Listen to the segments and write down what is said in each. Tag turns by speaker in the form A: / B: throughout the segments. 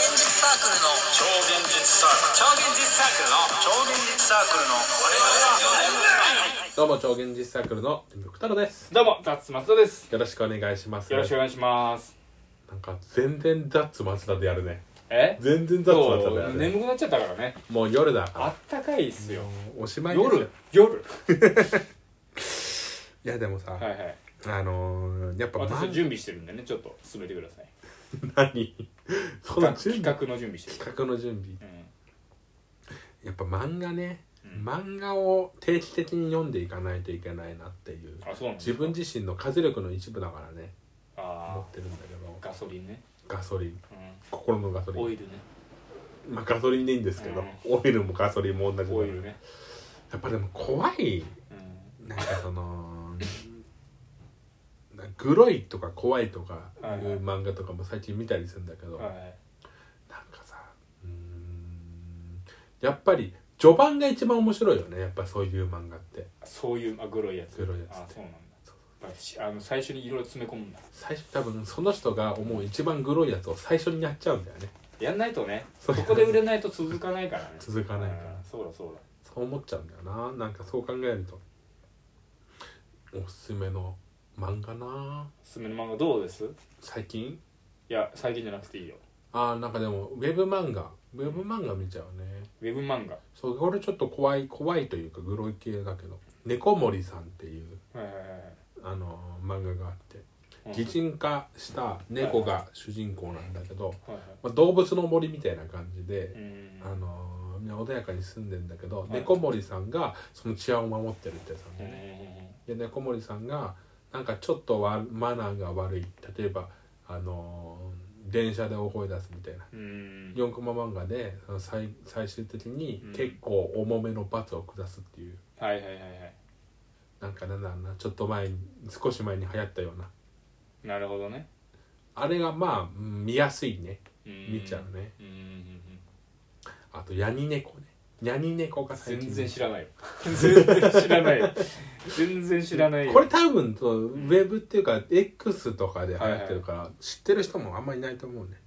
A: クルの
B: 超現実サー
A: 超現実サークルの
B: クル超現実サークルの
C: どうも超現実サークルの天太郎です
D: どうも、ザッツ松田です。
C: よろしくお願いします
D: よろしくお願いします。
C: なんか全然ザッツ松田でやるね
D: え
C: 全然ザッツ松
D: そ
C: 田でや
D: う、
C: るね
D: 眠くなっちゃったからね。
C: もう夜だ
D: あ
C: か
D: ったかいっす
C: ら
D: よ。
C: おしまいですよ
D: 夜夜
C: いやでもさ、
D: はいはい。
C: あのー、やっぱ、
D: 私
C: ま
D: は、準備してるんでね、ちょっと進めてください。
C: 何その準備
D: 企画の準備してる。
C: 企画の準備やっぱ漫画ね、
D: うん
C: 漫画を定期的に読んでいかないといけないなっていう
D: うん。あ、そうなんです
C: 自
D: か
C: 分自身の活力の一部だからね持
D: あ
C: ってるんだけ
D: ー
C: ど
D: ガソリンね。
C: ガソリン
D: う
C: 心のガソ
D: ん。オ
C: リン
D: イルね。
C: まあガソリンでいいんですけど、
D: うん
C: オイルもガソリンも同じだ
D: オイルね。
C: やっぱでも怖い
D: うん。
C: なんかそのなんかグロいとか怖いとかい
D: はいはいう
C: 漫画とかも最近見たりするんだけど、
D: はい。
C: なんかさうーんやっぱり序盤が一番面白いよねやっぱそういう漫画って
D: そういう、あ、グロいやつ。
C: グロいやつ
D: あ、そうなんだ。やっぱしあの最初にいろいろ詰め込むんだ。
C: 最初多分その人が思う一番グロいやつを最初にやっちゃうんだよね
D: やんないとね、
C: そ
D: そうこで売れないと続かないからね。
C: 続かないから
D: うんそうだそうだ。
C: そう思っちゃうんだよななんかそう考えるとおすすめの漫画な
D: おすすめの漫画どうですい
C: 最近
D: や、最近じゃなくていいよ。
C: あーなんかでもウェブ漫画ウェブ漫画見ちゃうね
D: ウェブ漫画。
C: そうこれちょっと怖い怖いというかグロい系だけど「猫森さん」っていう、
D: はいはいはいはい
C: あのー漫画があって
D: うん
C: 擬人化した猫が主人公なんだけど、
D: はいはい
C: まあ、動物の森みたいな感じで
D: う、ん
C: あのーみんな穏やかに住んでんだけど、
D: い
C: 猫森さんがその治安を守ってるってやつなんだ
D: うん
C: よね、で猫森さんがなんかちょっとわマナーが悪い例えば、あのー電車で大声出すみたいな
D: うん
C: 4コマ漫画でその最最終的に
D: うん
C: 結構重めの罰を下すっていう、
D: はいはいはいはい
C: なんかなんだろうなちょっと前に少し前に流行ったような
D: なるほどね
C: あれがまあうん見やすいね
D: うん
C: 見ちゃうね
D: うんうんうん
C: あとヤニ猫ねヤニ猫が最近
D: 全然知らないよ全然知らないよ 全然知らないよ
C: これ多分そうウェブっていうか X とかで流行ってるから、知ってる人もあんまりいないと思うね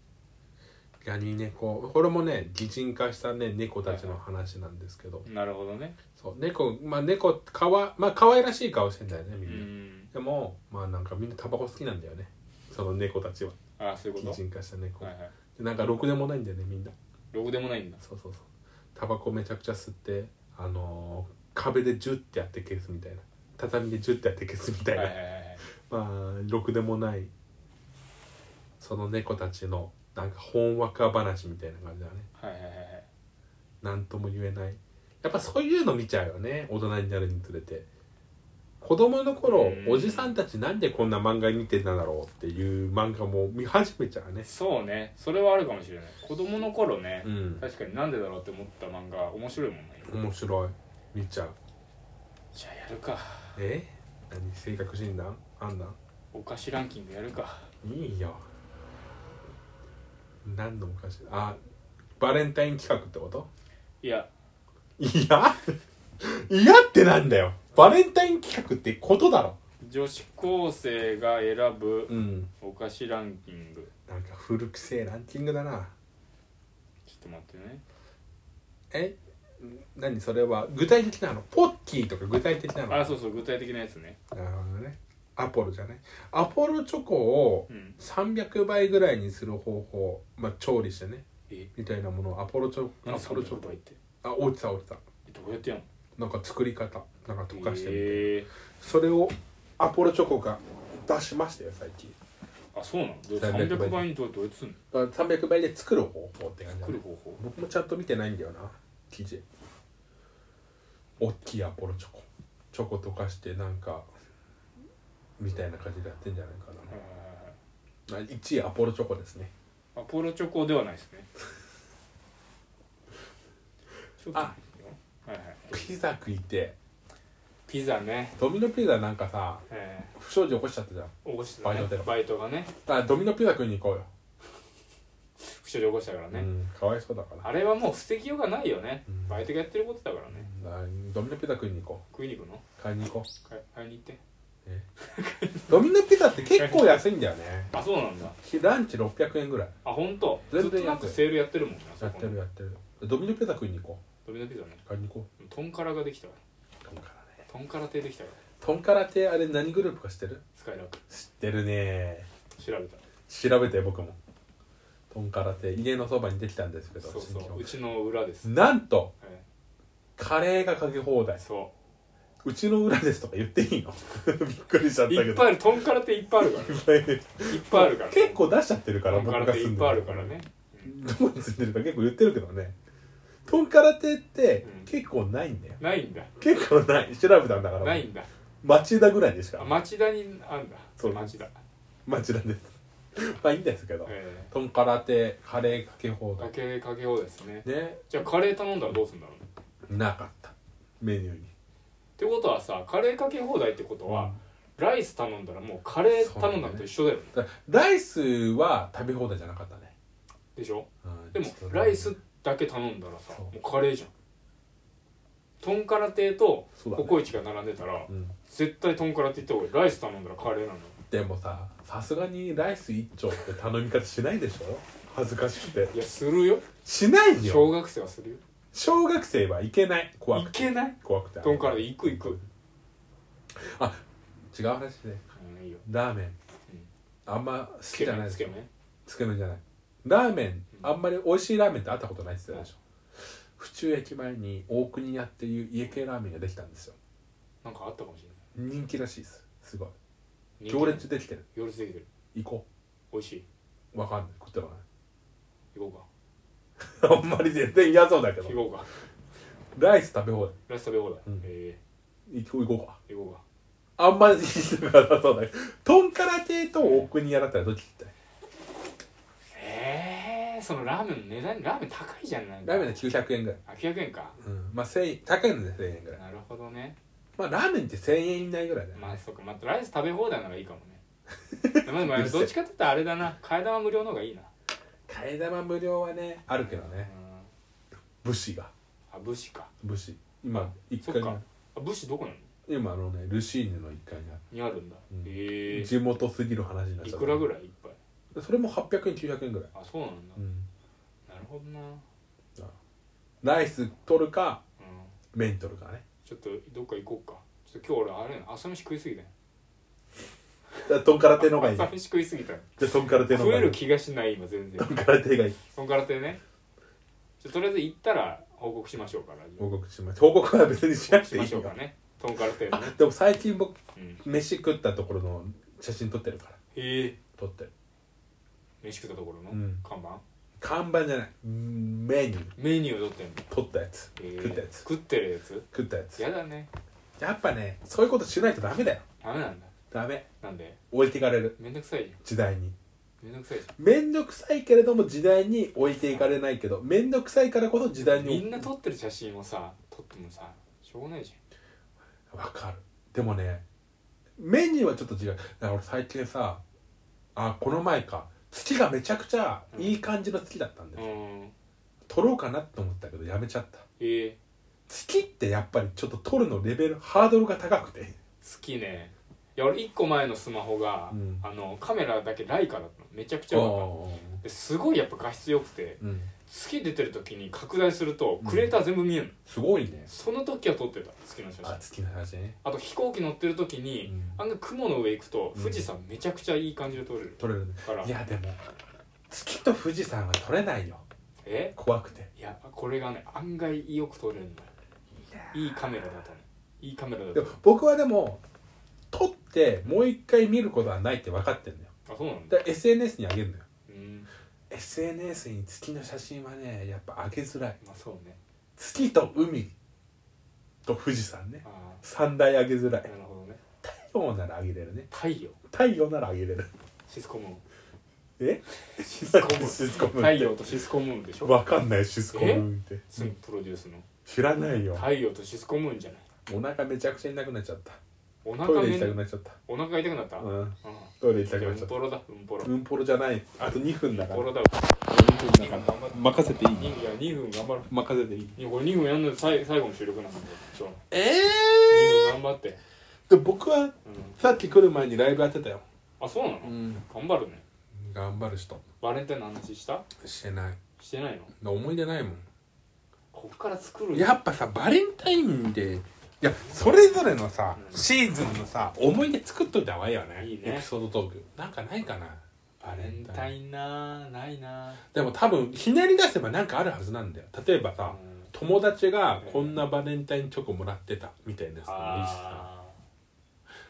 C: ヤニ猫これもね擬人化したね猫たちの話なんですけど、
D: なるほどね
C: そう猫まあ猫かわまあ可愛らしい顔してんだよねみ
D: うん
C: な、
D: ん
C: でもまあなんかみんなタバコ好きなんだよねその猫たちは
D: あそういう
C: 擬
D: こ
C: 人化した
D: と
C: 猫、
D: はいはい
C: でなんかろくでもないんだよねみんな
D: ログでもないんだ
C: そうそうそうタバコめちゃくちゃ吸ってあのー壁でジュッてやって消すみたいな畳でジュッてやって消すみた
D: はいい
C: な、
D: はいはいはい
C: まあろくでもないその猫たちのなんかほんわか話みたいな感じだね
D: はいはいはいはい
C: なんとも言えないやっぱそういうの見ちゃうよね大人になるにつれて子供の頃
D: うん
C: おじさんたちなんでこんな漫画見てたんだろうっていう漫画も見始めちゃうね
D: そうねそれはあるかもしれない子供の頃ね
C: うん
D: 確かになんでだろうって思った漫画面白いもんね
C: 面白い見ちゃう
D: じゃあやるか
C: え何性格診断あんなん
D: お菓子ランキングやるか
C: いいよ何のお菓子あバレンタイン企画ってこと
D: いや
C: いやいやってなんだよバレンタイン企画ってことだろ
D: 女子高生が選ぶ
C: うん
D: お菓子ランキング
C: なんか古くせえランキングだな
D: ちょっと待ってね
C: え何それは具体的なのポッキーとか具体的なの
D: あそうそう具体的なやつね
C: なるほどねアポロじゃないアポロチョコを
D: うん
C: 300倍ぐらいにする方法、まあ、調理してね
D: え
C: みたいなものをアポロチョコア
D: 何
C: ポ
D: そ
C: ロ
D: れ
C: チョ
D: と
C: コ
D: か言って
C: あ落ちた落ちた
D: どうやってやんの
C: なんか作り方なんか溶かしてみたいな、
D: え
C: それをアポロチョコが出しましたよ最近
D: ー、あそうなのどう
C: 300倍
D: 300倍にどうどうやってすんの
C: だから300倍で作る方法って感じだ
D: 作
C: ね
D: る方法
C: 僕もちゃんと見てないんだよな記事大きいアポロチョコチョコ溶かしてなんかみたいな感じでやってんじゃないか
D: はいはいはいはい
C: な1位アポロチョコですね
D: アポロチョコではないですねちょっと
C: あ
D: はいはい
C: ピザ食いて
D: ピザね
C: ドミノピザなんかさ
D: え
C: 不祥事起こしちゃったじゃん
D: ー、起こして
C: バ
D: た
C: イ
D: ね
C: トで
D: バイトがね
C: だからドミノピザ食いに行こうよ、
D: 不祥事起こしたからね、
C: うんかわいそうだから
D: あれはもう捨てきようがないよね、
C: うん
D: バイトがやってることだからね
C: だからドミノピザ食いに行こ
D: 食いに行くの
C: う買いに行こ
D: 買い買いに行って
C: うねドミノピザって結構安いんだよね
D: あそうなんだ
C: ランチ600円ぐらい
D: あ本当。
C: 全
D: ずっと
C: 然や
D: な
C: っ
D: ん
C: て
D: か
C: る
D: セールやってるもんねあそ
C: やっ
D: こ
C: てるやってるドミノピザ食いに行こ
D: ドミノピザね
C: う買いに行こと
D: んからができたわ
C: うとんからね
D: とんから亭できたわ
C: とんからってあれ何グループか知ってる
D: スカイラーク
C: 知ってるね
D: 調べた
C: 調べて僕もとんからって家のそばにできたんですけど
D: そう
C: 新
D: そう
C: 規
D: うちの裏です、
C: オープンなんと
D: え
C: カレーがかけ放題
D: えそう
C: ちの裏ですとか言っていいの びっくりしちゃっ
D: う
C: た
D: い
C: け
D: っぱい
C: ど
D: あるとんから亭いっぱいあるからねいっぱいあるから
C: 結構出しちゃってるから
D: とん
C: 僕
D: か
C: が
D: ら亭
C: 住
D: い
C: ん
D: っ
C: で
D: ぱいあ
C: る
D: るからね
C: どこに住んでるか結構言ってるけどねとんから亭って
D: うん
C: 結構ないんだよ
D: ないんだ
C: 結構ない調べたんだから
D: ないんだ
C: 町田ぐらいでし
D: あ
C: か
D: 町田にあんだ
C: そう
D: 町田
C: 町田ですまあいいんですけど
D: え
C: とんから亭カレーかけ放
D: えか
C: 題
D: けかけようですね
C: ね
D: じゃあカレー頼んだらどうするんだろうね
C: なかったメニューに
D: ってことはさカレーかけ放題ってことは、ライス頼んだらもうカレー頼んだのと一緒だよね
C: だライスは食べ放題じゃなかったね、
D: でしょ
C: うん
D: でも
C: ちょっと
D: ライスだけ頼んだらさ
C: そう
D: もうカレーじゃんとんから亭と
C: そうだね
D: ココイチが並んでたら、
C: うん
D: 絶対とんから亭行った方がいいライス頼んだらカレーなの
C: でもささすがにライス一丁って頼み方しないでしょ恥ずかしくて
D: いやするよ
C: しないよ
D: 小学生はするよ
C: 小学生はいけない怖
D: い
C: くて
D: けない
C: 怖くて
D: とんから亭行く行く、
C: あ違う話で
D: うん、いいよ
C: ラーメンあんま好
D: つ
C: き
D: け
C: じゃない
D: 麺
C: で
D: つ
C: す
D: け麺
C: つけ麺じゃないラーメンあんまり美味しいラーメンって会ったことないって言ってたでしょ府中駅前に大国屋っていう家系ラーメンができたんですよ
D: なんかあったかもしれない
C: 人気らしいですすごい
D: 人気
C: 行列できてる
D: 行列できてる
C: 行こ
D: 美味しいう
C: わかんない食ったことない
D: 行こ
C: あんまり全然嫌そうだけ
D: うか
C: ど
D: 行こうか
C: ライス食べ放題
D: ライス食べ放題、
C: うん
D: え
C: 行こう行こうか
D: え行こうか
C: あんまり嫌がそうだけどとんから亭と大国屋だったらどっち行きたい
D: ええそのラーメンの値段ラーメン高いじゃんない
C: ラーメンで900円ぐらい、
D: あ900円か
C: うん、まあ1000円高いので1000円ぐらい
D: なるほどね
C: まあラーメンって1000円以内ぐらいだよね
D: まあそっかまたライス食べ放題ならいい かもねでもでもどっちかって言ったらあれだな替え玉無料の方がいいな
C: 替え玉無料はねあるけどね
D: うん
C: 武士が
D: あ武士か
C: 武士今1
D: そ
C: 階
D: っ
C: に
D: かあ武士どこなの
C: 今あのねルシーヌの1階にあ
D: にあるんだ、
C: うん
D: え
C: る
D: え
C: 地元すぎる話になっち
D: い
C: ゃう
D: くらぐらいいっぱい
C: それも800円900円ぐらい、
D: あそうなんだ、
C: うん、
D: なるほどなうん
C: ライス取るか麺取るかね
D: ちょっとどっか行こうかちょっと今日俺あれな朝飯食いすぎたよ
C: だからとんから亭の方がいい
D: 朝
C: ね
D: 飯食いすぎたよ
C: じゃあとんから亭の方
D: 増
C: が
D: え
C: いい
D: る気がしない今全然
C: とんから亭がいい
D: そんからってねちょとりあえず行ったら報告しましょうから
C: 報告します報告は別にしなくてい
D: ま
C: い
D: しょう
C: よ
D: かねとんからってね
C: あ、でも最近僕
D: うん、
C: 飯食ったところの写真撮ってるから
D: へえ
C: 撮ってる
D: 飯食ったところの
C: うん
D: 看板、
C: 看板じゃないうんメニュー
D: メニュー取ってんの、
C: 撮ったやつ
D: へえ
C: 食ったやつ
D: 食ってるやつ
C: 食ったやつ
D: やだね
C: やっぱねそういうことしないとダメだよ
D: ダメなんだ
C: ダメ
D: なんで
C: 置いていかれる
D: めんどくさいじゃん
C: 時代に
D: めんどくさいじ
C: 面倒くさいけれども時代に置いていかれないけど面倒くさいからこそ時
D: ゃ
C: 代
D: んみ
C: に
D: んな撮ってる写真をさ撮ってもさしょうがないじ
C: わかるでもねメニューはちょっと違うだから俺最近さあこの前か月がめちゃくちゃいい感じの月だったん
D: ゃ
C: だ
D: んう
C: よ、
D: ーん
C: 撮ろうかなと思ったけどやめちゃった
D: ええ
C: 月ってやっぱりちょっと撮るのレベルハードルが高くて
D: 好きねいや俺1個前のスマホが、
C: うん
D: あのカメラだけライカだったのめちゃくちゃ
C: あ
D: 良かっ
C: ー
D: たですごいやっぱ画質良くて
C: うん
D: 月出てる時に拡大するとクレーター全部見えるの、
C: すごいね
D: その時は撮ってた月の写真
C: あ
D: あ
C: 月の話ね
D: と飛行機乗ってる時に、
C: うん
D: あんな雲の上行くと
C: うん
D: 富士山めちゃくちゃいい感じで撮れる
C: 撮れるね
D: から
C: いやでも月と富士山は撮れないよ
D: え
C: 怖くて
D: いやこれがね案外よく撮れるんだよいいカメラだとねいいカメラ
C: で
D: だと
C: も
D: ね
C: 僕はでも撮ってもう一回見ることはないって分かってるのよ
D: あそうなんだ
C: だから SNS にあげるのよ
D: うん
C: SNS に月の写真はねやっぱ上げづらい
D: まあそうね
C: 月と海と富士山ね
D: あ
C: 三大上げづらい
D: あなるほどね
C: 太陽なら上げれるね
D: 太陽
C: 太陽なら上げれる
D: シスコムーン
C: え
D: シスコムー ン
C: シスコムーン
D: 太陽とシスコムーンでしょ
C: 分かんないシスコムーンって
D: そのプロデュースの
C: 知らないよ
D: 太陽とシスコムーンじゃない
C: お腹めちゃくちゃ痛くなっちゃった
D: お腹
C: トイレ行きたく
D: め
C: なっちゃった
D: お腹痛くなった
C: う
D: うん
C: んトイレ行きたく
D: じゃあ
C: なっ
D: う
C: ちゃ
D: ん
C: った
D: ぽろだうんぽろ
C: うんぽろじゃないあと2分だ
D: うん
C: か
D: ぽ
C: ら
D: ろだ
C: 2分だから任せていい
D: いや2分頑張ろ
C: 任せていいう
D: いやこれ2分やんのに最最後の収録なんだよ今日
C: ええ
D: 2分頑張って
C: で僕はさっき来る前にライブやってたよ、
D: あそうなの、
C: ん、
D: 頑張るね
C: 頑張る人
D: バレンタインの話した
C: してない
D: してないの
C: 思い出ないも
D: こっから作
C: ん
D: るよ
C: やっぱさバレンタインでいやそれぞれのさ
D: うん
C: シーズンのさ思い出作っといた方がいいよね
D: いいね
C: エピソードトークなんかないかな
D: バレンタインなーないな
C: でも多分ひねり出せばなんかあるはずなんだよ例えば
D: ー
C: さ、
D: うん
C: 友達がこんなバレンタインチョコもらってたみたいなさ
D: あ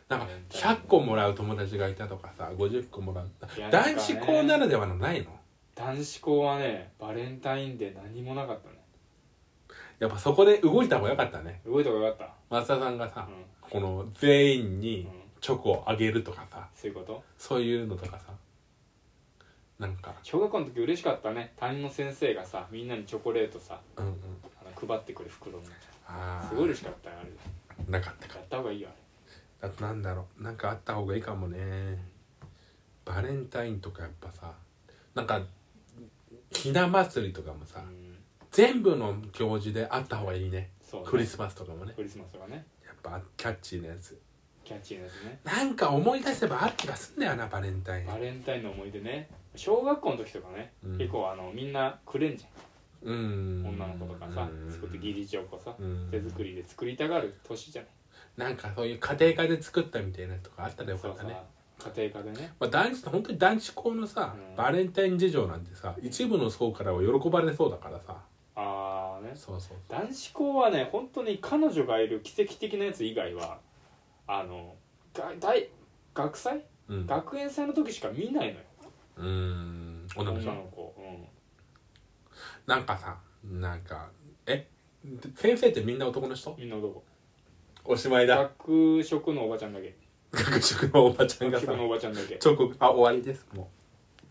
C: なんか100個もらう友達がいたとかさ50個もらう
D: いやなんかね
C: 男子校ならではのないの
D: ー男子校はねバレンタインデー何もなかったね
C: やっぱそこで動いた方が良かったね
D: 動いた方がよかっ
C: 松田さんが
D: た
C: さ
D: う、ん、
C: この全員
D: うん
C: に、チョコをあげるとかさ
D: そういうこと
C: そういうのとかさなんか
D: 小学校の時嬉しかったね担任の先生がさみんなにチョコレートさ
C: うんうん
D: あの配ってくる袋に
C: あ
D: すごい嬉しかったよあれ
C: あなかったか
D: やった方がいいよあれ
C: あとなんだろうなんかあった方がいいかもねバレンタインとかやっぱさなんかひな祭りとかもさ
D: うん
C: 全部の行事であった方がいいね
D: そうね
C: クリスマスとかもね
D: クリスマスがね
C: やっぱキャッチーなやつ
D: キャッチーなやつね
C: なんか思い出せばある気がすんだよなバレンタイン
D: バレンタインの思い出ね小学校の時とかね、
C: うん
D: 結構あのみんなくれんじ
C: うん
D: ゃん女の子とかさ
C: うん
D: 作って義理チョコさ
C: うん
D: 手作りで作りたがる年じゃな
C: な
D: い
C: んかそういう家庭科で作ったみたいなとかあったらよかったね
D: そう家庭科でね
C: まあ、男子本当に男子校のさ、
D: うん
C: バレンタイン事情なんてさ一部の層からは喜ばれそうだからさ
D: ああね
C: そうそう
D: 男子校はね本当に彼女がいる奇跡的なやつ以外はあのが大学祭
C: うんう
D: 学園祭の時しか見ないのよ
C: ーん女の
D: 女
C: 人
D: の子、うん、
C: なんかさなんかえ先生ってみんな男の人
D: みんな男
C: おしまいだ
D: 学食のおばちゃんだけ
C: 学食のおばちゃんが
D: 学
C: さ
D: 食のおばちゃんだけ
C: チョコあ終わりですも